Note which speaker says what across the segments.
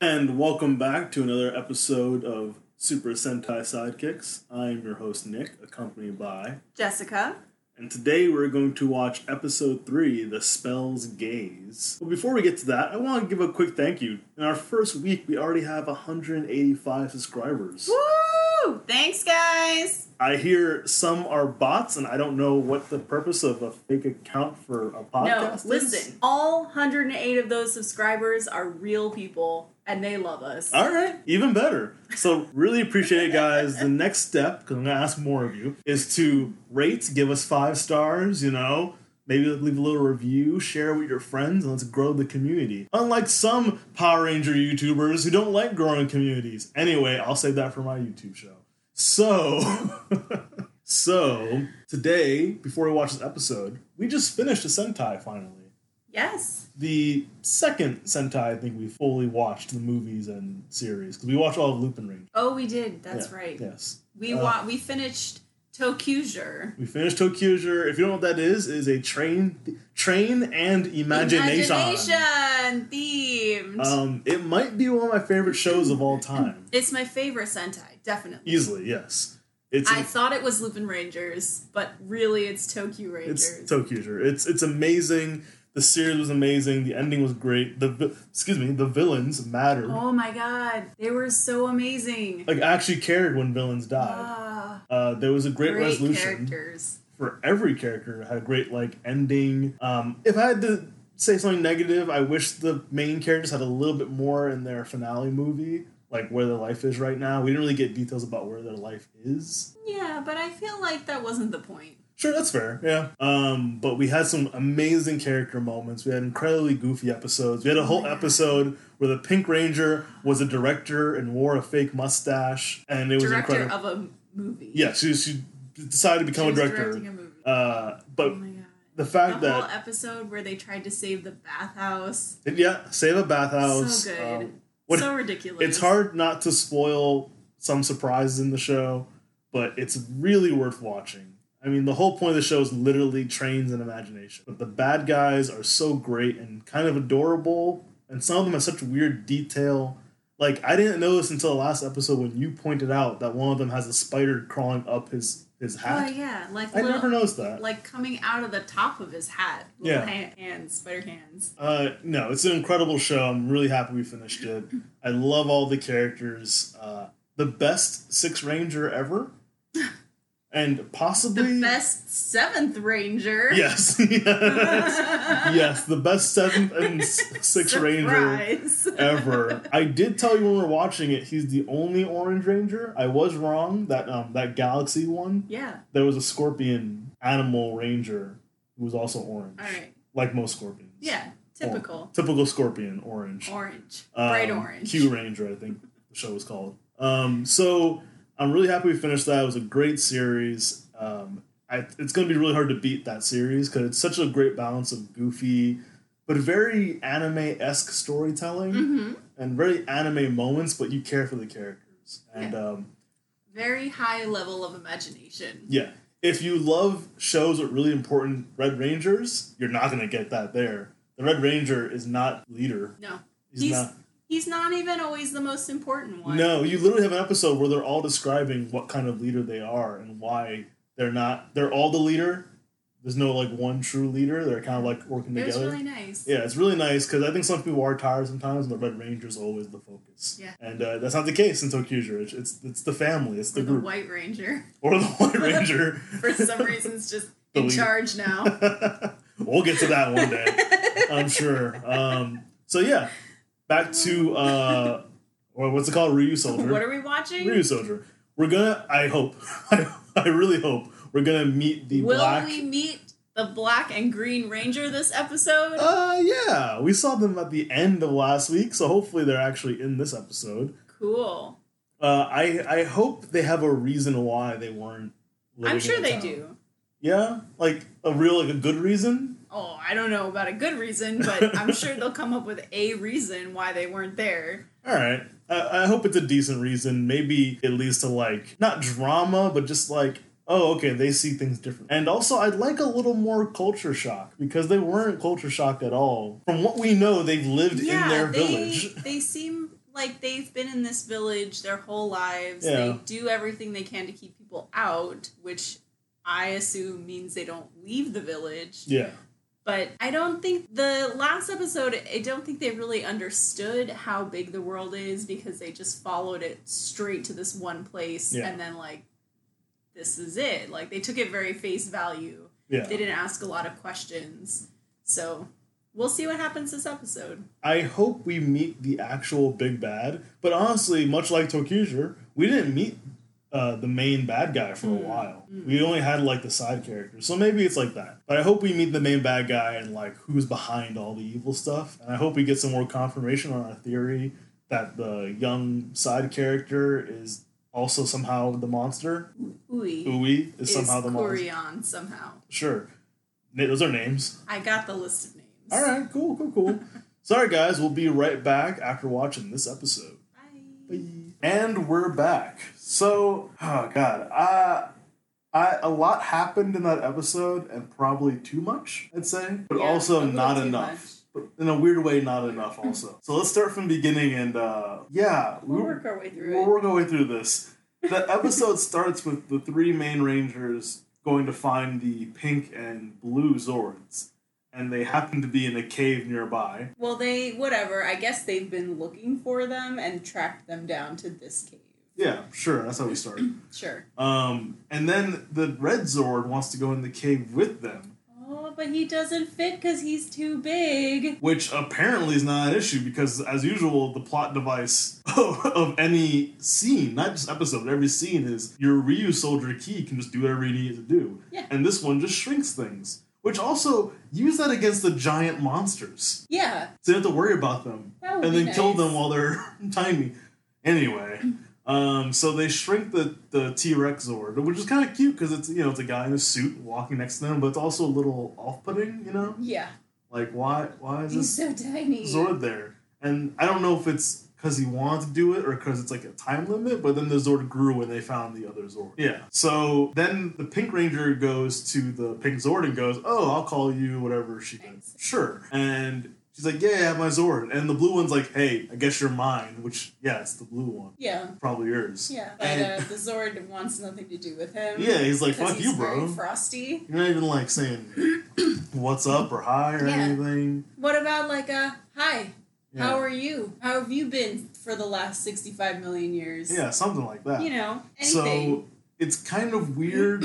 Speaker 1: And welcome back to another episode of Super Sentai Sidekicks. I'm your host Nick, accompanied by,
Speaker 2: Jessica.
Speaker 1: and today we're going to watch episode 3, The Spell's Gaze. But before we get to that, I want to give a quick thank you. In our first week, we already have 185 subscribers.
Speaker 2: Woo! Thanks, guys.
Speaker 1: I hear some are bots, and I don't know what the purpose of a fake account for a
Speaker 2: No,
Speaker 1: podcast is.
Speaker 2: listen. All 108 of those subscribers are real people, and they love us.
Speaker 1: All right, even better. So, really appreciate it, guys. The next step, because I'm going to ask more of you, is to rate, give us five stars, you know, maybe leave a little review, share with your friends, and let's grow the community. Unlike some Power Ranger YouTubers who don't like growing communities. Anyway, I'll save that for my YouTube show. So, so today, before we watch this episode, we just finished a Sentai finally
Speaker 2: Yes.
Speaker 1: the second Sentai I think we fully watched the movies and series because we watched all of Lupin Ranger.
Speaker 2: Oh, we did. That's
Speaker 1: Yeah,
Speaker 2: right.
Speaker 1: Yes,
Speaker 2: We
Speaker 1: Uh,
Speaker 2: wa- we finished Tokuger.
Speaker 1: we finished Tokyuger. If you don't know what that is, it is a train, train and imagination.
Speaker 2: Imagination themed.
Speaker 1: Um, it might be one of my favorite shows of all time.
Speaker 2: it's my favorite Sentai, definitely.
Speaker 1: Easily, yes. It's
Speaker 2: I thought it was Lupin Rangers, but really it's Tokyo Rangers.
Speaker 1: It's Tokyuger. It's it's amazing. The series was amazing. The ending was great. The vi- excuse me, the villains mattered.
Speaker 2: oh my god, they were so amazing.
Speaker 1: Like I actually cared when villains died.
Speaker 2: Ah,
Speaker 1: Uh, there was a great,
Speaker 2: great
Speaker 1: resolution.
Speaker 2: characters.
Speaker 1: for every character had a great like ending. Um, if I had to say something negative, I wish the main characters had a little bit more in their finale movie, like where their life is right now. We didn't really get details about where their life is.
Speaker 2: Yeah, but I feel like that wasn't the point.
Speaker 1: Sure, that's fair. Yeah. Um, but we had some amazing character moments. We had incredibly goofy episodes. We had a whole episode where the Pink Ranger was a director and wore a fake mustache, and it was
Speaker 2: Director
Speaker 1: incredible.
Speaker 2: of a movie.
Speaker 1: yeah, she she decided to
Speaker 2: She
Speaker 1: become
Speaker 2: was
Speaker 1: a director.
Speaker 2: directing a movie.
Speaker 1: uh,
Speaker 2: oh
Speaker 1: but
Speaker 2: my god.
Speaker 1: the
Speaker 2: The
Speaker 1: fact that
Speaker 2: whole episode where they tried to save the bathhouse.
Speaker 1: And yeah, save a bathhouse.
Speaker 2: So good.
Speaker 1: Um, what-
Speaker 2: so ridiculous.
Speaker 1: it's hard not to spoil some surprises in the show, but it's really worth watching. I mean, the whole point of the show is literally trains and imagination. But the bad guys are so great and kind of adorable, and some of them have such weird detail. Like I didn't know this until the last episode when you pointed out that one of them has a spider crawling up his his
Speaker 2: Oh
Speaker 1: hat.
Speaker 2: yeah, like
Speaker 1: I
Speaker 2: little,
Speaker 1: never noticed that.
Speaker 2: like coming out of the top of his hat. Little
Speaker 1: Yeah.
Speaker 2: hand, hands, spider hands.
Speaker 1: Uh, no, it's an incredible show. I'm really happy we finished it. I love all the characters. Uh, the best Six Ranger ever, and
Speaker 2: The
Speaker 1: possibly
Speaker 2: best seventh ranger.
Speaker 1: Yes, yes, yes, the best seventh and s- Sixth Ranger
Speaker 2: Surprise.
Speaker 1: ever. I did tell you when we were watching it, he's the only Orange Ranger. I was wrong. That um, that Galaxy one,
Speaker 2: yeah.
Speaker 1: there was a Scorpion Animal Ranger who was also orange,
Speaker 2: All right.
Speaker 1: like most scorpions.
Speaker 2: Yeah. Typical.
Speaker 1: Or- typical Scorpion, orange.
Speaker 2: Orange.
Speaker 1: Oh. Um,
Speaker 2: Bright orange.
Speaker 1: Q Ranger, I think the show was called. Um, so I'm really happy we finished that. It was a great series. Um, I, it's going to be really hard to beat that series because it's such a great balance of goofy, but very anime esque storytelling
Speaker 2: hmm
Speaker 1: and very anime moments, but you care for the characters. And um,
Speaker 2: Very high level of imagination.
Speaker 1: yeah. If you love shows with really important Red Rangers, you're not going to get that there. The Red Ranger is not leader.
Speaker 2: No.
Speaker 1: He's,
Speaker 2: He's-
Speaker 1: not.
Speaker 2: He's not even always the most important one.
Speaker 1: No, you literally have an episode where they're all describing what kind of leader they are and why they're not. They're all the leader. There's no like one true leader. They're kind of like working
Speaker 2: It was
Speaker 1: together.
Speaker 2: really nice.
Speaker 1: yeah, it's really nice because I think some people are tired sometimes, and the Red Ranger's always the focus.
Speaker 2: Yeah.
Speaker 1: and uh, that's not the case in Tokyuger. It's, it's it's the family, it's the
Speaker 2: Or the
Speaker 1: group,
Speaker 2: White Ranger.
Speaker 1: or the White Ranger.
Speaker 2: For some reason, is just
Speaker 1: The
Speaker 2: in
Speaker 1: leader.
Speaker 2: charge now.
Speaker 1: we'll get to that one day, I'm sure. Um, so yeah, back to uh, or what's it called, Ryu Soldier?
Speaker 2: what are we watching?
Speaker 1: Ryu Soldier. We're gonna. I hope. I, I really hope we're gonna meet the
Speaker 2: Will
Speaker 1: black.
Speaker 2: we meet the black and green ranger this episode?
Speaker 1: Uh, yeah, we saw them at the end of last week, so hopefully they're actually in this episode.
Speaker 2: cool.
Speaker 1: Uh, I I hope they have a reason why they weren't. living
Speaker 2: I'm
Speaker 1: in
Speaker 2: sure
Speaker 1: the
Speaker 2: they
Speaker 1: town.
Speaker 2: do.
Speaker 1: Yeah, like a real, like a good reason.
Speaker 2: Oh, I don't know about a good reason, but I'm sure they'll come up with a reason why they weren't there.
Speaker 1: All right, I, I hope it's a decent reason. Maybe it leads to like not drama, but just like. Oh, okay. They see things different, and also I'd like a little more culture shock because they weren't culture shock at all. From what we know, they've lived in their
Speaker 2: they,
Speaker 1: village.
Speaker 2: they seem like they've been in this village their whole lives.
Speaker 1: Yeah.
Speaker 2: They do everything they can to keep people out, which I assume means they don't leave the village.
Speaker 1: Yeah.
Speaker 2: But I don't think the last episode, I don't think they really understood how big the world is because they just followed it straight to this one place
Speaker 1: Yeah.
Speaker 2: and then, like, this is it. Like, they took it very face value.
Speaker 1: Yeah.
Speaker 2: They didn't ask a lot of questions. So we'll see what happens this episode.
Speaker 1: I hope we meet the actual big bad. But honestly, much like Tokuger, we didn't meet uh, the main bad guy for a while. We only had like the side characters. So maybe it's like that. But I hope we meet the main bad guy and like who's behind all the evil stuff. And I hope we get some more confirmation on our theory that the young side character is also somehow the monster.
Speaker 2: Ui
Speaker 1: Ui is,
Speaker 2: is
Speaker 1: somehow the monster.
Speaker 2: Corian somehow.
Speaker 1: Sure. Na- Those are names.
Speaker 2: I got the list of names.
Speaker 1: All right, cool, cool, cool. Sorry, guys, we'll be right back after watching this episode.
Speaker 2: Bye.
Speaker 1: And we're back. So, oh god, uh, I a lot happened in that episode, and probably too much, I'd say, but
Speaker 2: Yeah, a
Speaker 1: also
Speaker 2: little
Speaker 1: not
Speaker 2: too
Speaker 1: enough. But in a weird way, not enough. Also, so let's start from the beginning, and uh, yeah,
Speaker 2: We'll work our way through
Speaker 1: We'll
Speaker 2: it.
Speaker 1: work our way through this. The episode starts with the three main rangers going to find the pink and blue Zords, and they happen to be in a cave nearby.
Speaker 2: Well, they, whatever. I guess they've been looking for them and tracked them down to this cave.
Speaker 1: Yeah, sure, that's how we start.
Speaker 2: Sure.
Speaker 1: Um, and then the red Zord wants to go in the cave with them,
Speaker 2: Oh, but he doesn't fit because he's too big.
Speaker 1: which apparently is not an issue because, as usual, the plot device of, of any scene, not just episode, but every scene is your Ryu Soldier Key can just do whatever he needs to do.
Speaker 2: Yeah.
Speaker 1: And this one just shrinks things, which also use that against the giant monsters.
Speaker 2: Yeah.
Speaker 1: So you don't have to worry about them
Speaker 2: That would
Speaker 1: and
Speaker 2: be
Speaker 1: then kill
Speaker 2: nice.
Speaker 1: them while they're tiny. Anyway, um, so they shrink the the T Rex Zord, which is kind of cute because it's you know it's a guy in a suit walking next to them, but it's also a little off putting. You know,
Speaker 2: Yeah.
Speaker 1: like why why is
Speaker 2: He's
Speaker 1: this
Speaker 2: so tiny.
Speaker 1: Zord there? And I don't know if it's because he wanted to do it or because it's like a time limit. But then the Zord grew when they found the other Zord. Yeah. So then the Pink Ranger goes to the Pink Zord and goes, "Oh, I'll call you whatever she can."
Speaker 2: Thanks.
Speaker 1: Sure. And she's like, "Yeah, I have my Zord." And the blue one's like, "Hey, I guess you're mine." Which yeah, it's the blue one,
Speaker 2: Yeah.
Speaker 1: probably yours.
Speaker 2: Yeah. But uh,
Speaker 1: And-
Speaker 2: the Zord wants nothing to do with him.
Speaker 1: Yeah, he's like,
Speaker 2: 'cause
Speaker 1: "Fuck
Speaker 2: he's
Speaker 1: you,
Speaker 2: very
Speaker 1: bro."
Speaker 2: frosty.
Speaker 1: you're not even like saying what's up or hi or
Speaker 2: Yeah.
Speaker 1: anything.
Speaker 2: What about like a hi?
Speaker 1: Yeah.
Speaker 2: How are you? How have you been for the last sixty-five million years?
Speaker 1: yeah, something like that.
Speaker 2: You know anything?
Speaker 1: So it's kind of weird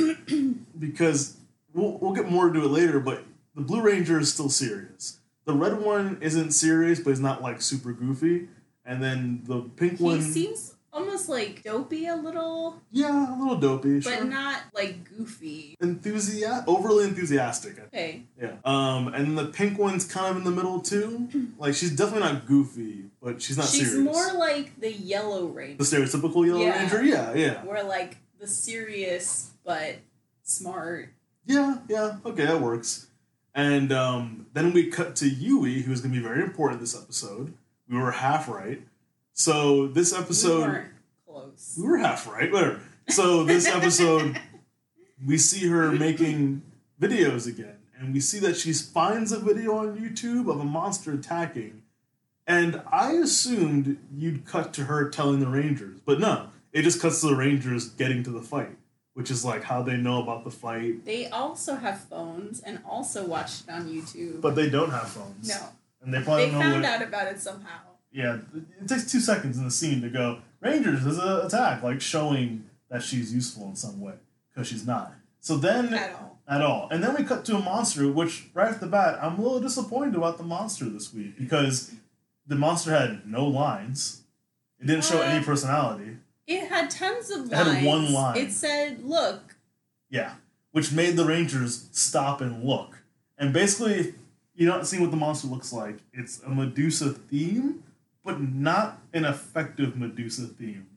Speaker 1: because we'll, we'll get more to it later, but the Blue Ranger is still serious. The red one isn't serious, but he's not like super goofy. And then the pink
Speaker 2: he
Speaker 1: one,
Speaker 2: seems almost like dopey a little,
Speaker 1: yeah, a little dopey, sure.
Speaker 2: but not like goofy.
Speaker 1: Enthusiastic, overly enthusiastic.
Speaker 2: Okay.
Speaker 1: Yeah. Um, and the pink one's kind of in the middle too. Like she's definitely not goofy, but she's not
Speaker 2: She's
Speaker 1: serious.
Speaker 2: more like the yellow
Speaker 1: the
Speaker 2: ranger.
Speaker 1: stereotypical yellow
Speaker 2: Yeah.
Speaker 1: ranger. Yeah, yeah,
Speaker 2: We're like the serious but smart.
Speaker 1: yeah, yeah. Okay, that works. And um, then we cut to Yui, who's going to be very important this episode. We were half right. So this
Speaker 2: we
Speaker 1: episode,
Speaker 2: weren't close.
Speaker 1: we were half right. Whatever. So this episode, we see her making videos again, and we see that she finds a video on YouTube of a monster attacking. And I assumed you'd cut to her telling the Rangers, but no, it just cuts to the Rangers getting to the fight, which is like how they know about the fight,
Speaker 2: They also have phones and also watched it on YouTube.
Speaker 1: but they don't have phones.
Speaker 2: no,
Speaker 1: and they probably
Speaker 2: they
Speaker 1: don't know
Speaker 2: found
Speaker 1: what.
Speaker 2: out about it somehow.
Speaker 1: Yeah, it takes two seconds in the scene to go Rangers is a attack, like showing that she's useful in some way because she's not. So then
Speaker 2: At all.
Speaker 1: at all. And then we cut to a monster, which right off the bat, I'm a little disappointed about the monster this week because the monster had no lines. It didn't show any
Speaker 2: Uh,
Speaker 1: personality.
Speaker 2: It had tons of
Speaker 1: It had
Speaker 2: lines.
Speaker 1: one line.
Speaker 2: It said, "Look,
Speaker 1: Yeah, which made the Rangers stop and look. And basically, if you don't see what the monster looks like, it's a Medusa theme, but not an effective Medusa theme.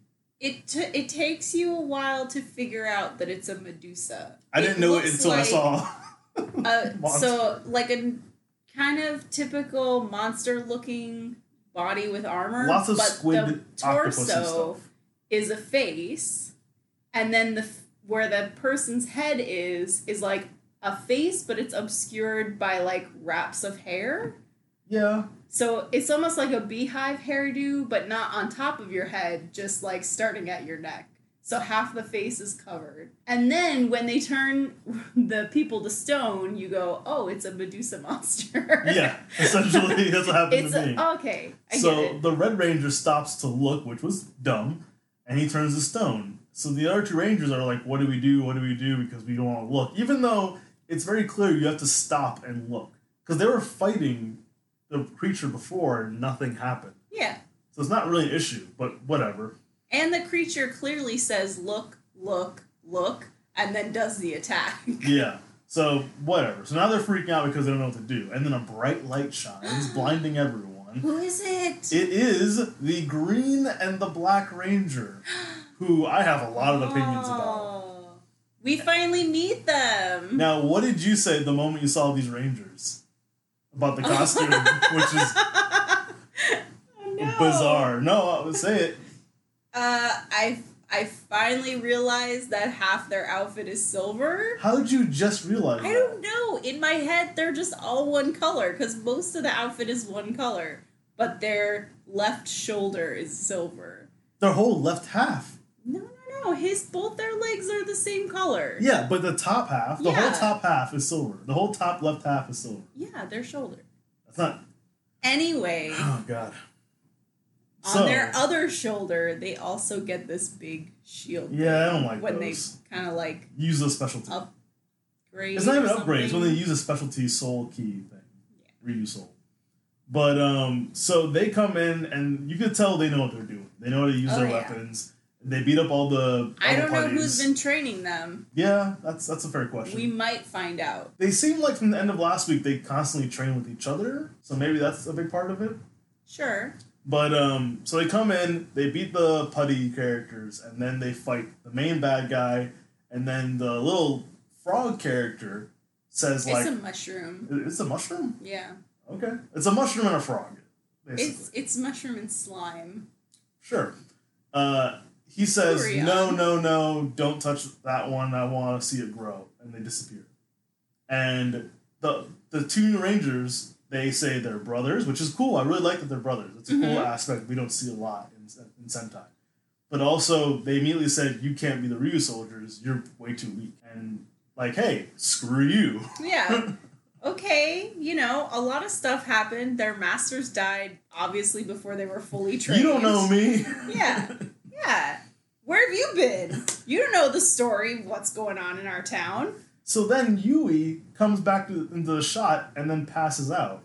Speaker 2: it t- it takes you a while to figure out that it's a Medusa."
Speaker 1: I didn't know it
Speaker 2: looks
Speaker 1: until I
Speaker 2: like-
Speaker 1: saw.
Speaker 2: Uh,
Speaker 1: Monster.
Speaker 2: so like a kind of typical monster looking body with armor
Speaker 1: Lots of
Speaker 2: but
Speaker 1: squid
Speaker 2: the
Speaker 1: octopus and
Speaker 2: torso
Speaker 1: stuff.
Speaker 2: is a face and then the f- where the person's head is is like a face but it's obscured by like wraps of hair
Speaker 1: Yeah.
Speaker 2: So it's almost like a beehive hairdo, but not on top of your head, just like starting at your neck. So half the face is covered. And then when they turn the people to stone, you go, oh, it's a Medusa monster.
Speaker 1: Yeah. Essentially, that's what happened
Speaker 2: It's
Speaker 1: to me.
Speaker 2: a, okay. I get
Speaker 1: so
Speaker 2: it.
Speaker 1: the Red Ranger stops to look, which was dumb, and he turns to stone. So the other two Rangers are like, what do we do? What do we do? Because we don't want to look. Even though it's very clear you have to stop and look. Because they were fighting the creature before and nothing happened.
Speaker 2: Yeah.
Speaker 1: So it's not really an issue, but whatever.
Speaker 2: And the creature clearly says, look, look, look, and then does the attack.
Speaker 1: Yeah. So whatever. So now they're freaking out because they don't know what to do. And then a bright light shines, blinding everyone.
Speaker 2: Who is it?
Speaker 1: It is the Green and the Black Ranger, who I have a lot of opinions about.
Speaker 2: Oh. We finally meet them.
Speaker 1: Now, what did you say the moment you saw these Rangers? About the costume, which is
Speaker 2: Oh, no.
Speaker 1: bizarre. No, I would say it.
Speaker 2: Uh, I I finally realized that half their outfit is silver.
Speaker 1: How did you just realize
Speaker 2: I
Speaker 1: that?
Speaker 2: don't know. In my head, they're just all one color because most of the outfit is one color, but their left shoulder is silver.
Speaker 1: Their whole left half.
Speaker 2: No, no, no. His both their legs are the same color.
Speaker 1: Yeah, but the top half, the whole
Speaker 2: Yeah.
Speaker 1: top half is silver. The whole top left half is silver.
Speaker 2: Yeah, their shoulder.
Speaker 1: That's not.
Speaker 2: Anyway,
Speaker 1: Oh, God.
Speaker 2: on their other shoulder, they also get this big shield.
Speaker 1: Yeah, oh I don't like
Speaker 2: when
Speaker 1: those.
Speaker 2: they kind of like
Speaker 1: use a specialty.
Speaker 2: up- grade.
Speaker 1: it's not even
Speaker 2: or
Speaker 1: upgrade. It's when they
Speaker 2: something.
Speaker 1: use a specialty soul key thing, reuse soul. But um, so they come in and you could tell they know what they're doing. They know how to use
Speaker 2: Oh,
Speaker 1: their
Speaker 2: yeah.
Speaker 1: weapons. They beat up all the. All
Speaker 2: I
Speaker 1: the
Speaker 2: don't know
Speaker 1: parties.
Speaker 2: who's been training them.
Speaker 1: Yeah, that's that's a fair question.
Speaker 2: We might find out.
Speaker 1: they seem like from the end of last week they constantly train with each other, so maybe that's a big part of it.
Speaker 2: Sure.
Speaker 1: But um, so they come in, they beat the putty characters, and then they fight the main bad guy, and then the little frog character says like,
Speaker 2: it's a mushroom.
Speaker 1: "It's a mushroom."
Speaker 2: Yeah.
Speaker 1: Okay, it's a mushroom and a frog, basically.
Speaker 2: It's it's mushroom and slime.
Speaker 1: sure. Uh, he says,
Speaker 2: Hurry up.
Speaker 1: "No, no, no! Don't touch that one. I want to see it grow." And they disappear. And the the two rangers they say they're brothers, which is cool. I really like that they're brothers. It's a cool
Speaker 2: Mhm.
Speaker 1: aspect we don't see a lot in, in Sentai. But also, they immediately said, "You can't be the Ryu soldiers. You're way too weak." And like, hey, screw you.
Speaker 2: Yeah. okay. You know, a lot of stuff happened. Their masters died obviously before they were fully trained.
Speaker 1: You don't know me.
Speaker 2: Yeah. Yeah. Where have you been? You don't know the story. What's going on in our town?
Speaker 1: So then Yui comes back to, into the shot and then passes out.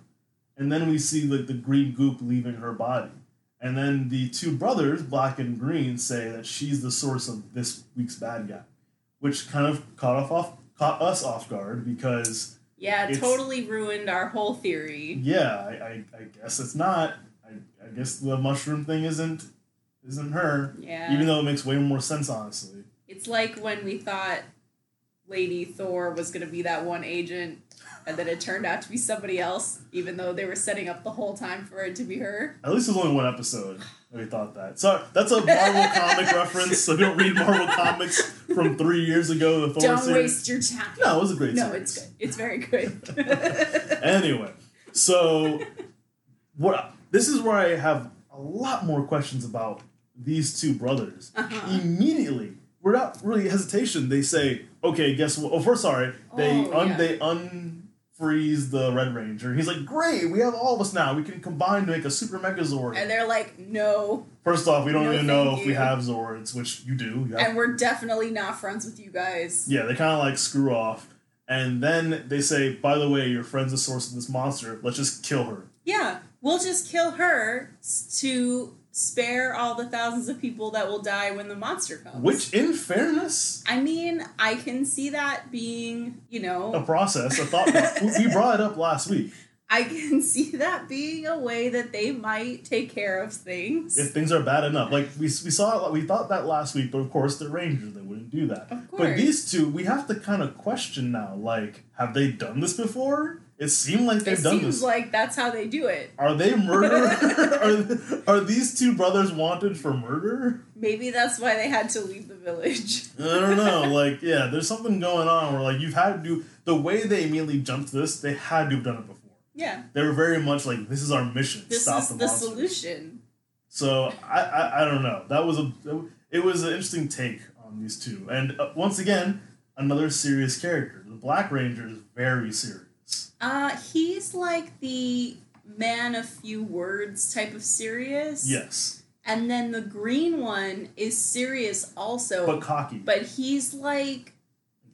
Speaker 1: And then we see like the green goop leaving her body. And then the two brothers, black and green, say that she's the source of this week's bad guy, which kind of caught off, off caught us off guard because
Speaker 2: Yeah,
Speaker 1: It's-
Speaker 2: totally ruined our whole theory.
Speaker 1: yeah, I, I, I guess it's not. I, I guess the mushroom thing isn't isn't her,
Speaker 2: Yeah.
Speaker 1: even though it makes way more sense honestly.
Speaker 2: It's like when we thought Lady Thor was going to be that one agent, and then it turned out to be somebody else, even though they were setting up the whole time for it to be her.
Speaker 1: At least there's only one episode that we thought that. So that's a Marvel comic reference. So don't read Marvel comics from three years ago. The Thor
Speaker 2: Don't
Speaker 1: series.
Speaker 2: waste your time.
Speaker 1: No, it was a great
Speaker 2: No,
Speaker 1: series.
Speaker 2: it's good. It's very good.
Speaker 1: Anyway, so what? This is where I have a lot more questions about these two brothers.
Speaker 2: Uh-huh.
Speaker 1: Immediately, without really hesitation, they say, "Okay, guess what?" Oh, first, sorry, they
Speaker 2: Oh,
Speaker 1: un-
Speaker 2: yeah.
Speaker 1: they unfreeze the Red Ranger. He's like, great, we have all of us now. We can combine to make a super megazord.
Speaker 2: and they're like, no,
Speaker 1: First off, we don't
Speaker 2: No,
Speaker 1: even know
Speaker 2: thank
Speaker 1: if we
Speaker 2: you.
Speaker 1: have Zords, which you do. You have-
Speaker 2: and we're definitely not friends with you guys.
Speaker 1: yeah, they kind of like screw off. And then they say, by the way, your friend's the source of this monster. Let's just kill her.
Speaker 2: Yeah, we'll just kill her s- to spare all the thousands of people that will die when the monster comes.
Speaker 1: Which, in fairness,
Speaker 2: I mean, I can see that being, you know,
Speaker 1: a process, a thought. we we brought it up last week.
Speaker 2: I can see that being a way that they might take care of things.
Speaker 1: If things are bad enough, like we, we saw, it- we thought that last week, but of course, the Rangers, they wouldn't do that.
Speaker 2: Of
Speaker 1: But
Speaker 2: course.
Speaker 1: these two, we have to kind of question now. Like, have they done this before? It seemed like they've
Speaker 2: it
Speaker 1: done
Speaker 2: seems
Speaker 1: this.
Speaker 2: like that's how they do it.
Speaker 1: Are they murder? are, are these two brothers wanted for murder?
Speaker 2: Maybe that's why they had to leave the village.
Speaker 1: I don't know. Like, yeah, there's something going on where like you've had to do the way they immediately jumped to this. They had to have done it before.
Speaker 2: Yeah.
Speaker 1: They were very much like, this is our mission.
Speaker 2: This
Speaker 1: Stop
Speaker 2: is
Speaker 1: the,
Speaker 2: the,
Speaker 1: monsters.
Speaker 2: solution.
Speaker 1: So I, I I don't know. That was a it was an interesting take on these two. And uh, once again, another serious character. The Black Ranger is very serious.
Speaker 2: Uh, he's like the man of few words type of serious.
Speaker 1: Yes,
Speaker 2: And then the green one is serious also.
Speaker 1: but cocky,
Speaker 2: but he's like,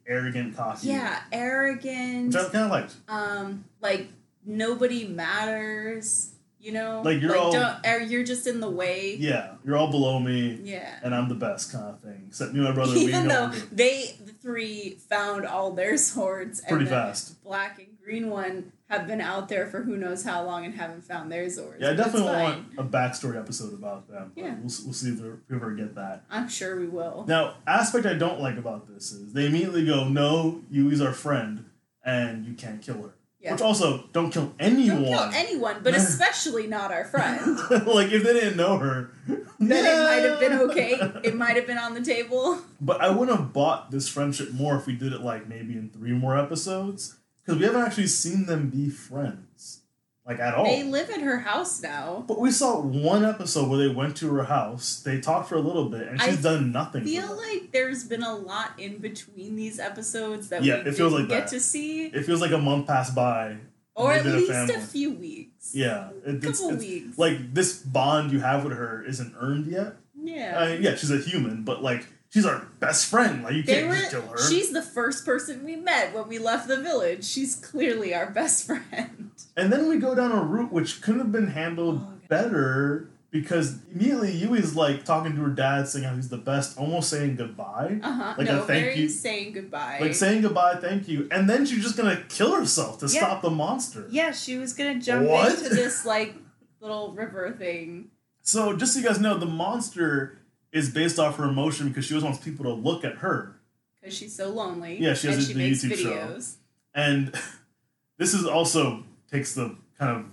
Speaker 1: arrogant, cocky.
Speaker 2: yeah, arrogant.
Speaker 1: which I kind of liked.
Speaker 2: um like nobody matters you know
Speaker 1: Like, you're all-
Speaker 2: don't, er, you're just in the way
Speaker 1: Yeah, you're all below me,
Speaker 2: Yeah.
Speaker 1: and I'm the best kind of thing. Except me and my brother, we know
Speaker 2: even though
Speaker 1: what we're doing.
Speaker 2: they the three found all their swords
Speaker 1: pretty
Speaker 2: and uh, the
Speaker 1: fast.
Speaker 2: black and green one have been out there for who knows how long and haven't found their swords
Speaker 1: Yeah, I
Speaker 2: but it's
Speaker 1: definitely
Speaker 2: fine.
Speaker 1: want a backstory episode about them. but
Speaker 2: Yeah.
Speaker 1: we'll, s- we'll see if, they're- if we ever get that.
Speaker 2: i'm sure we will
Speaker 1: Now, aspect I don't like about this is they immediately go, "No, Yui's our friend, and you can't kill her."
Speaker 2: Yeah.
Speaker 1: Which also, don't kill anyone.
Speaker 2: don't kill anyone but especially not our friend
Speaker 1: like if they didn't know her,
Speaker 2: then
Speaker 1: yeah.
Speaker 2: it might have been okay it might have been on the table
Speaker 1: But I wouldn't have bought this friendship more if we did it like maybe in three more episodes because we haven't actually seen them be friends, like at all.
Speaker 2: they live at her house now
Speaker 1: But we saw one episode where they went to her house, they talked for a little bit, and
Speaker 2: I
Speaker 1: she's done nothing. for
Speaker 2: feel
Speaker 1: them.
Speaker 2: like there's been a lot in between these episodes that
Speaker 1: Yeah,
Speaker 2: we
Speaker 1: it feels
Speaker 2: didn't
Speaker 1: like
Speaker 2: get
Speaker 1: that.
Speaker 2: to see,
Speaker 1: it feels like a month passed by.
Speaker 2: or
Speaker 1: they
Speaker 2: at
Speaker 1: did a
Speaker 2: least a
Speaker 1: family.
Speaker 2: few weeks.
Speaker 1: Yeah, it, it's,
Speaker 2: couple
Speaker 1: it's-
Speaker 2: weeks.
Speaker 1: like this bond you have with her isn't earned yet.
Speaker 2: yeah.
Speaker 1: I mean, yeah, she's a human, but like she's our best friend. Like you
Speaker 2: they
Speaker 1: can't
Speaker 2: were.
Speaker 1: just kill her.
Speaker 2: She's the first person we met when we left the village. She's clearly our best friend.
Speaker 1: And then we go down a route which couldn't have been handled
Speaker 2: Oh, God.
Speaker 1: better because immediately Yui's like talking to her dad, saying how he's the best, almost saying goodbye.
Speaker 2: Uh huh.
Speaker 1: Like a
Speaker 2: no,
Speaker 1: thank
Speaker 2: very
Speaker 1: you-
Speaker 2: saying goodbye.
Speaker 1: Like saying goodbye, thank you. And then she's just gonna kill herself to
Speaker 2: Yeah.
Speaker 1: stop the monster.
Speaker 2: yeah, she was gonna jump
Speaker 1: What?
Speaker 2: into this like little river thing.
Speaker 1: So just so you guys know, the monster is based off her emotion because she always wants people to look at her.
Speaker 2: Because she's so lonely.
Speaker 1: Yeah, she has
Speaker 2: and
Speaker 1: a-
Speaker 2: she
Speaker 1: the
Speaker 2: makes
Speaker 1: YouTube show.
Speaker 2: videos.
Speaker 1: And this is also takes the kind of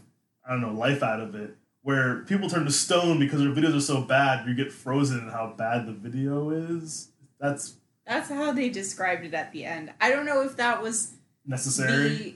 Speaker 1: I don't know, life out of it. Where people turn to stone because their videos are so bad, you get frozen in how bad the video is. That's
Speaker 2: That's how they described it at the end. I don't know if that was
Speaker 1: necessary.
Speaker 2: the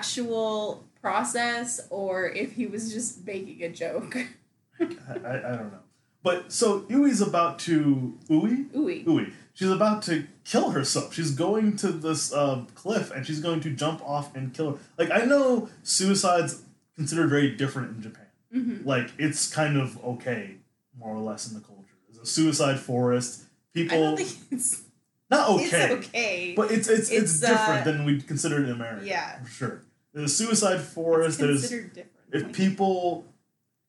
Speaker 2: actual process or if he was just making a joke.
Speaker 1: I, I, I don't know. But so Ui's about to Ui
Speaker 2: Ooh.
Speaker 1: Ui. She's about to kill herself. She's going to this uh, cliff and she's going to jump off and kill her. Like I know suicide's considered very different in Japan.
Speaker 2: hmm
Speaker 1: Like it's kind of okay, more or less in the culture. There's a suicide forest.
Speaker 2: I
Speaker 1: People
Speaker 2: don't think it's
Speaker 1: not okay,
Speaker 2: it's okay.
Speaker 1: but it's it's it's,
Speaker 2: It's, uh,
Speaker 1: different than we would consider it in America.
Speaker 2: Yeah.
Speaker 1: for sure. There's a suicide
Speaker 2: it's
Speaker 1: forest. There's
Speaker 2: considered different.
Speaker 1: if people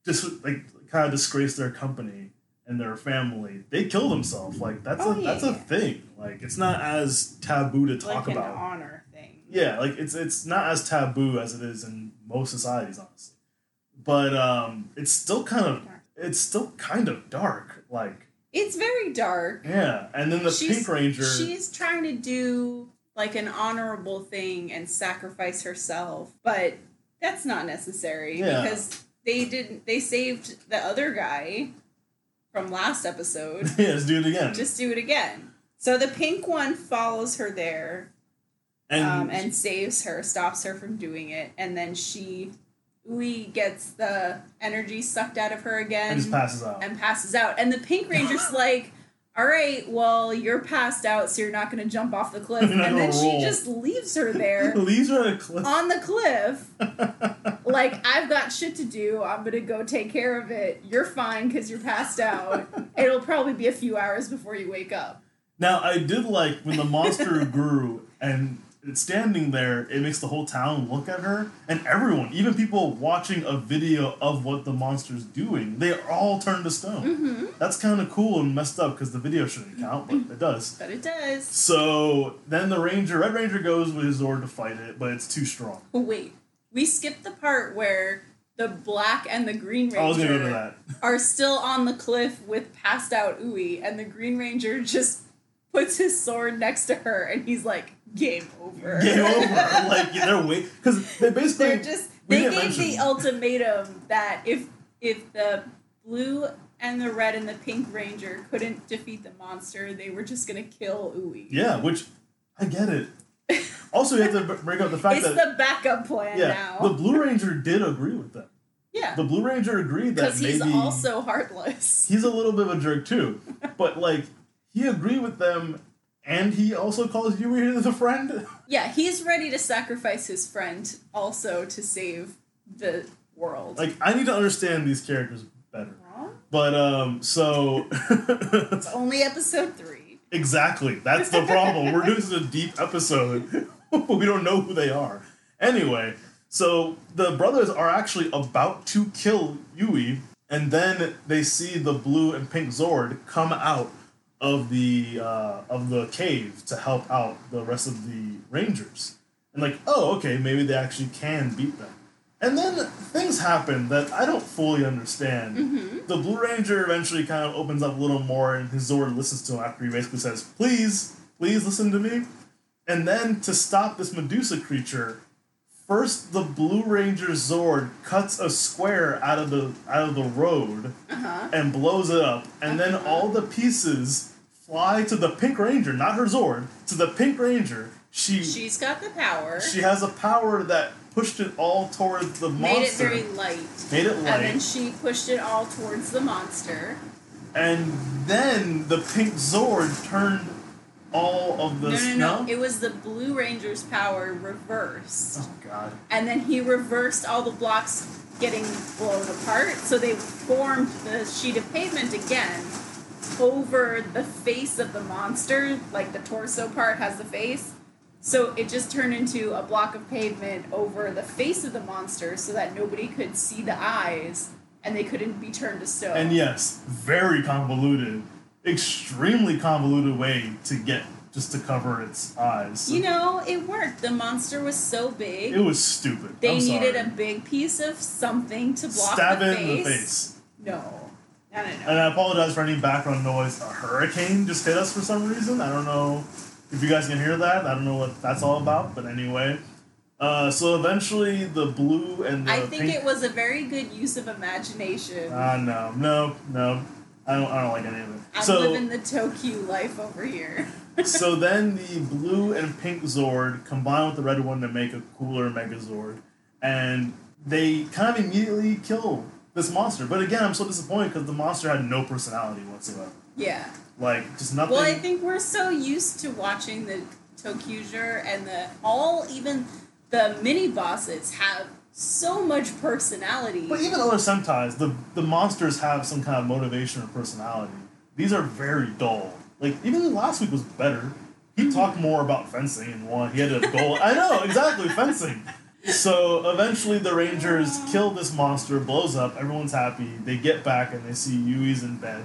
Speaker 1: just like kind of disgrace their company and their family, they kill themselves. Like that's
Speaker 2: Oh,
Speaker 1: a
Speaker 2: yeah,
Speaker 1: that's
Speaker 2: yeah.
Speaker 1: a thing. Like it's not as taboo to
Speaker 2: like
Speaker 1: talk
Speaker 2: an
Speaker 1: about.
Speaker 2: honor thing.
Speaker 1: Yeah, like it's it's not as taboo as it is in most societies, honestly. But um, it's still kind of it's still kind of dark. Like
Speaker 2: It's very dark.
Speaker 1: yeah, and then the
Speaker 2: She's-
Speaker 1: Pink Ranger.
Speaker 2: She's trying to do like an honorable thing and sacrifice herself, but that's not necessary
Speaker 1: Yeah.
Speaker 2: because they didn't they saved the other guy from last episode.
Speaker 1: yeah, let's do it again.
Speaker 2: just do it again. So the pink one follows her there
Speaker 1: and,
Speaker 2: um, and saves her, stops her from doing it, and then she Ui gets the energy sucked out of her again
Speaker 1: and just passes out.
Speaker 2: and passes out. And the pink ranger's like, all right, well, you're passed out, so you're not going to jump off the cliff.
Speaker 1: You're not
Speaker 2: And then
Speaker 1: gonna
Speaker 2: she
Speaker 1: roll.
Speaker 2: just leaves her there
Speaker 1: Leaves her at a cliff.
Speaker 2: on the cliff. like, I've got shit to do. I'm going to go take care of it. You're fine because you're passed out. It'll probably be a few hours before you wake up.
Speaker 1: Now I did like when the monster grew and it's standing there, it makes the whole town look at her and everyone, even people watching a video of what the monster's doing, they all turn to stone.
Speaker 2: Mm-hmm.
Speaker 1: That's kind of cool and messed up because the video shouldn't count, but it does.
Speaker 2: But it does.
Speaker 1: So then the ranger, Red Ranger, goes with his sword to fight it, but it's too strong.
Speaker 2: Oh, wait. We skipped the part where the black and the green ranger
Speaker 1: I was gonna go to that.
Speaker 2: are still on the cliff with passed out Uwe, and the green ranger just puts his sword next to her and he's like, game over.
Speaker 1: Game over. like they're wait because they basically
Speaker 2: They're just
Speaker 1: we
Speaker 2: they gave
Speaker 1: didn't
Speaker 2: the
Speaker 1: mention-
Speaker 2: ultimatum that if if the blue and the red and the pink ranger couldn't defeat the monster, they were just gonna kill Uwe.
Speaker 1: yeah, which I get it. Also, you have to b- bring up the fact
Speaker 2: It's
Speaker 1: that
Speaker 2: the backup plan
Speaker 1: yeah, the
Speaker 2: now.
Speaker 1: Blue Ranger did agree with them.
Speaker 2: Yeah.
Speaker 1: The Blue Ranger agreed that
Speaker 2: Because
Speaker 1: maybe
Speaker 2: he's also heartless.
Speaker 1: he's a little bit of a jerk too, but like he agreed with them, and he also calls Yuri the friend.
Speaker 2: Yeah, he's ready to sacrifice his friend also to save the world.
Speaker 1: Like I need to understand these characters better.
Speaker 2: Huh?
Speaker 1: But um, so
Speaker 2: It's only episode three.
Speaker 1: Exactly. That's the problem. We're doing this in a deep episode, but we don't know who they are. Anyway, so the brothers are actually about to kill Yui, and then they see the blue and pink Zord come out of the uh, of the cave to help out the rest of the Rangers. And like, oh, okay, maybe they actually can beat them. And then things happen that I don't fully understand. The Blue Ranger eventually kind of opens up a little more, and his Zord listens to him after he basically says, "Please, please listen to me." And then to stop this Medusa creature, first the Blue Ranger Zord cuts a square out of the out of the road and blows it up, and then all the pieces fly to the Pink Ranger, not her Zord, to the Pink Ranger. She she,
Speaker 2: She's got the power.
Speaker 1: has a power that pushed it all towards the
Speaker 2: made it
Speaker 1: monster.
Speaker 2: very light.
Speaker 1: made it light.
Speaker 2: And then she pushed it all towards the monster.
Speaker 1: And then the pink Zord turned all of the
Speaker 2: No, no,
Speaker 1: snow.
Speaker 2: no. It was the Blue Ranger's power reversed.
Speaker 1: oh god.
Speaker 2: And then he reversed all the blocks getting blown apart. So they formed the sheet of pavement again over the face of the monster. Like the torso part has the face. So it just turned into a block of pavement over the face of the monster so that nobody could see the eyes and they couldn't be turned to stone.
Speaker 1: And yes, very convoluted, extremely convoluted way to get just to cover its eyes.
Speaker 2: You know, it worked. The monster was so big.
Speaker 1: it was stupid.
Speaker 2: They
Speaker 1: I'm
Speaker 2: needed
Speaker 1: sorry.
Speaker 2: a big piece of something to block
Speaker 1: stab
Speaker 2: the
Speaker 1: it
Speaker 2: face.
Speaker 1: in the face.
Speaker 2: No. No, no, no.
Speaker 1: And I apologize for any background noise. A hurricane just hit us for some reason. I don't know if you guys can hear that. I don't know what that's all about. But anyway, uh, so eventually the blue and the
Speaker 2: I think
Speaker 1: pink
Speaker 2: it was a very good use of imagination.
Speaker 1: Ah, no, no, no. I don't, I don't like any of it.
Speaker 2: I'm
Speaker 1: so,
Speaker 2: living the Tokyo life over here.
Speaker 1: so then the blue and pink Zord combine with the red one to make a cooler Megazord, and they kind of immediately kill this monster. But again, I'm so disappointed because the monster had no personality whatsoever.
Speaker 2: Yeah.
Speaker 1: Like just nothing.
Speaker 2: Well, I think we're so used to watching the Tokuger and the all even the mini bosses have so much personality.
Speaker 1: but even other Sentais, the the monsters have some kind of motivation or personality. These are very dull. Like even last week was better. He talked more about fencing and won. He had a goal. I know exactly fencing. So eventually, the Rangers kill this monster, blows up. Everyone's happy. They get back and they see Yui's in bed,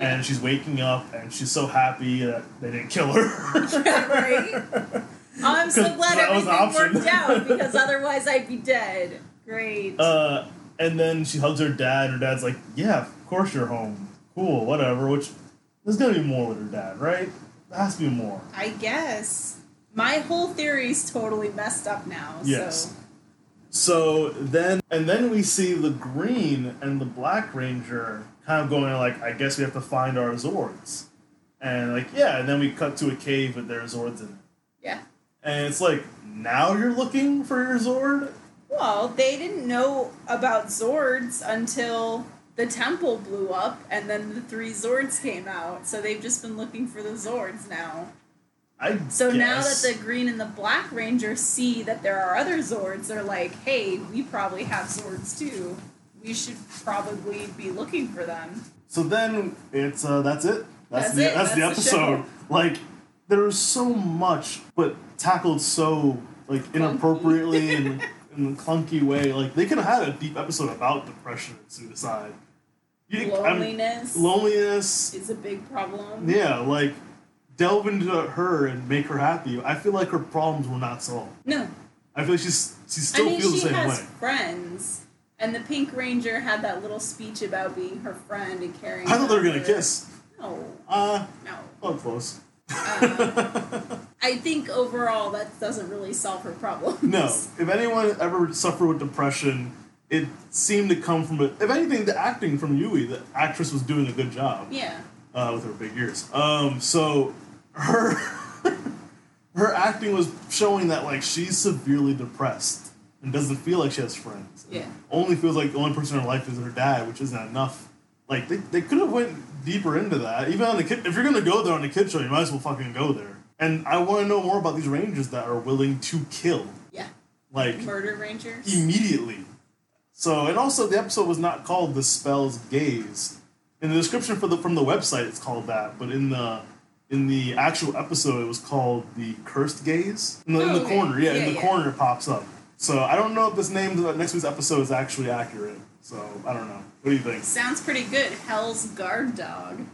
Speaker 1: and she's waking up, and she's so happy that they didn't kill her.
Speaker 2: right? Oh, I'm so
Speaker 1: 'Cause
Speaker 2: glad
Speaker 1: that was an
Speaker 2: everything
Speaker 1: option.
Speaker 2: worked out because otherwise I'd be dead. Great.
Speaker 1: Uh, and then she hugs her dad, and her dad's like, "Yeah, of course you're home. Cool, whatever." Which there's gonna be more with her dad, right? There has to be more.
Speaker 2: I guess. My whole theory's totally messed up now.
Speaker 1: Yes.
Speaker 2: So
Speaker 1: So then, and then we see the green and the black ranger kind of going like, "I guess we have to find our Zords," and like, yeah. And then we cut to a cave with their Zords in it,
Speaker 2: yeah.
Speaker 1: and it's like, now you're looking for your Zord.
Speaker 2: Well, they didn't know about Zords until the temple blew up and then the three Zords came out. So they've just been looking for the Zords now.
Speaker 1: I
Speaker 2: So now that
Speaker 1: guess.
Speaker 2: the green and the black ranger see that there are other Zords, they're like, hey, we probably have Zords too. We should probably be looking for them.
Speaker 1: So then it's uh, that's it.
Speaker 2: That's
Speaker 1: the
Speaker 2: it.
Speaker 1: that's, the
Speaker 2: That's the
Speaker 1: episode. like there was so much, but tackled so like inappropriately and in a clunky way. Like they could have had a deep episode about depression and suicide. You- I'm-
Speaker 2: Loneliness
Speaker 1: loneliness.
Speaker 2: is a big problem.
Speaker 1: Yeah, like delve into her and make her happy. I feel like her problems were not solved.
Speaker 2: No,
Speaker 1: I feel like she's she
Speaker 2: I
Speaker 1: still
Speaker 2: mean,
Speaker 1: feels the
Speaker 2: she
Speaker 1: same
Speaker 2: has
Speaker 1: way.
Speaker 2: friends, and the Pink Ranger had that little speech about being her friend and caring.
Speaker 1: I thought they were gonna
Speaker 2: about her.
Speaker 1: kiss.
Speaker 2: No,
Speaker 1: Uh,
Speaker 2: no.
Speaker 1: oh, close.
Speaker 2: Uh-huh. I think overall that doesn't really solve her problem.
Speaker 1: No. If anyone ever suffered with depression, it seemed to come from it. If anything, the acting from Yui, the actress was doing a good job
Speaker 2: Yeah.
Speaker 1: uh, with her big ears. Um, so her her acting was showing that like she's severely depressed and doesn't feel like she has friends.
Speaker 2: Yeah.
Speaker 1: Only feels like the only person in her life is her dad, which isn't enough. Like they, they could have went deeper into that. Even on the kid, if you're gonna go there on the kid show, you might as well fucking go there. And I want to know more about these rangers that are willing to kill,
Speaker 2: Yeah.
Speaker 1: like
Speaker 2: Murder Rangers.
Speaker 1: immediately. So, and also the episode was not called "The Spell's Gaze." In the description for the from the website, it's called that, but in the in the actual episode, it was called "The Cursed Gaze." In the, in
Speaker 2: Oh,
Speaker 1: the
Speaker 2: okay.
Speaker 1: corner, yeah,
Speaker 2: Yeah,
Speaker 1: in the
Speaker 2: yeah.
Speaker 1: corner it pops up. So I don't know if this name of next week's episode is actually accurate. So I don't know. What do you think?
Speaker 2: Sounds pretty good. Hell's Guard Dog.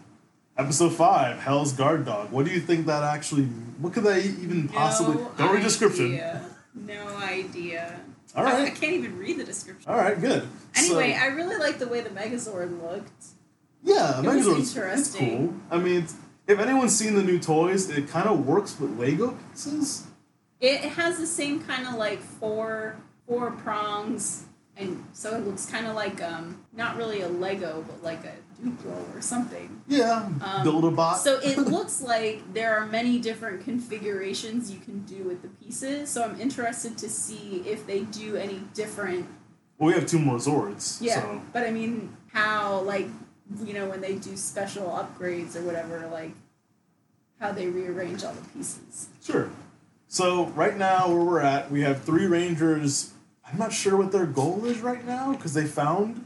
Speaker 1: Episode five, Hell's Guard Dog. What do you think that actually? What could that even possibly?
Speaker 2: No
Speaker 1: don't read description.
Speaker 2: idea. No idea.
Speaker 1: All
Speaker 2: I- I
Speaker 1: right,
Speaker 2: can't even read the description.
Speaker 1: all right, good. So-
Speaker 2: Anyway, I really like the way the Megazord looked.
Speaker 1: Yeah,
Speaker 2: It was
Speaker 1: Megazord's it's
Speaker 2: interesting.
Speaker 1: cool. I mean, it's- if anyone's seen the new toys, it kind of works with Lego pieces.
Speaker 2: It has the same kind of like four four prongs, and so it looks kind of like um not really a Lego, but like a Duplo or something.
Speaker 1: Yeah,
Speaker 2: Um,
Speaker 1: build a bot.
Speaker 2: So it looks like there are many different configurations you can do with the pieces. So I'm interested to see if they do any different.
Speaker 1: well, we have two more Zords.
Speaker 2: Yeah,
Speaker 1: So.
Speaker 2: but I mean, how like you know when they do special upgrades or whatever, like how they rearrange all the pieces.
Speaker 1: Sure. So right now, where we're at, we have three Rangers. I'm not sure what their goal is right now because they found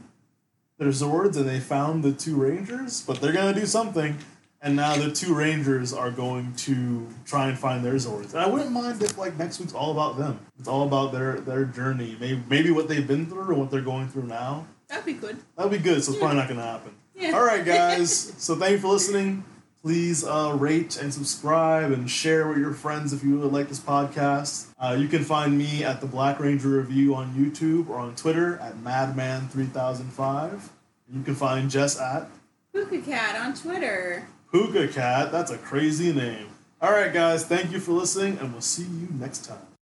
Speaker 1: their Zords and they found the two Rangers, but they're gonna do something. And now the two Rangers are going to try and find their Zords. And I wouldn't mind if like next week's all about them. It's all about their their journey, maybe maybe what they've been through and what they're going through now.
Speaker 2: That'd be good.
Speaker 1: That'd be good. So it's
Speaker 2: Yeah.
Speaker 1: probably not gonna happen.
Speaker 2: Yeah.
Speaker 1: All right, guys. So thank you for listening. Please uh, rate and subscribe and share with your friends if you would like this podcast. Uh, you can find me at the Black Ranger Review on YouTube or on Twitter at Madman3005. You can find Jess at
Speaker 2: Puka Cat on Twitter.
Speaker 1: Hookah Cat. That's a crazy name. All right, guys. Thank you for listening, and we'll see you next time.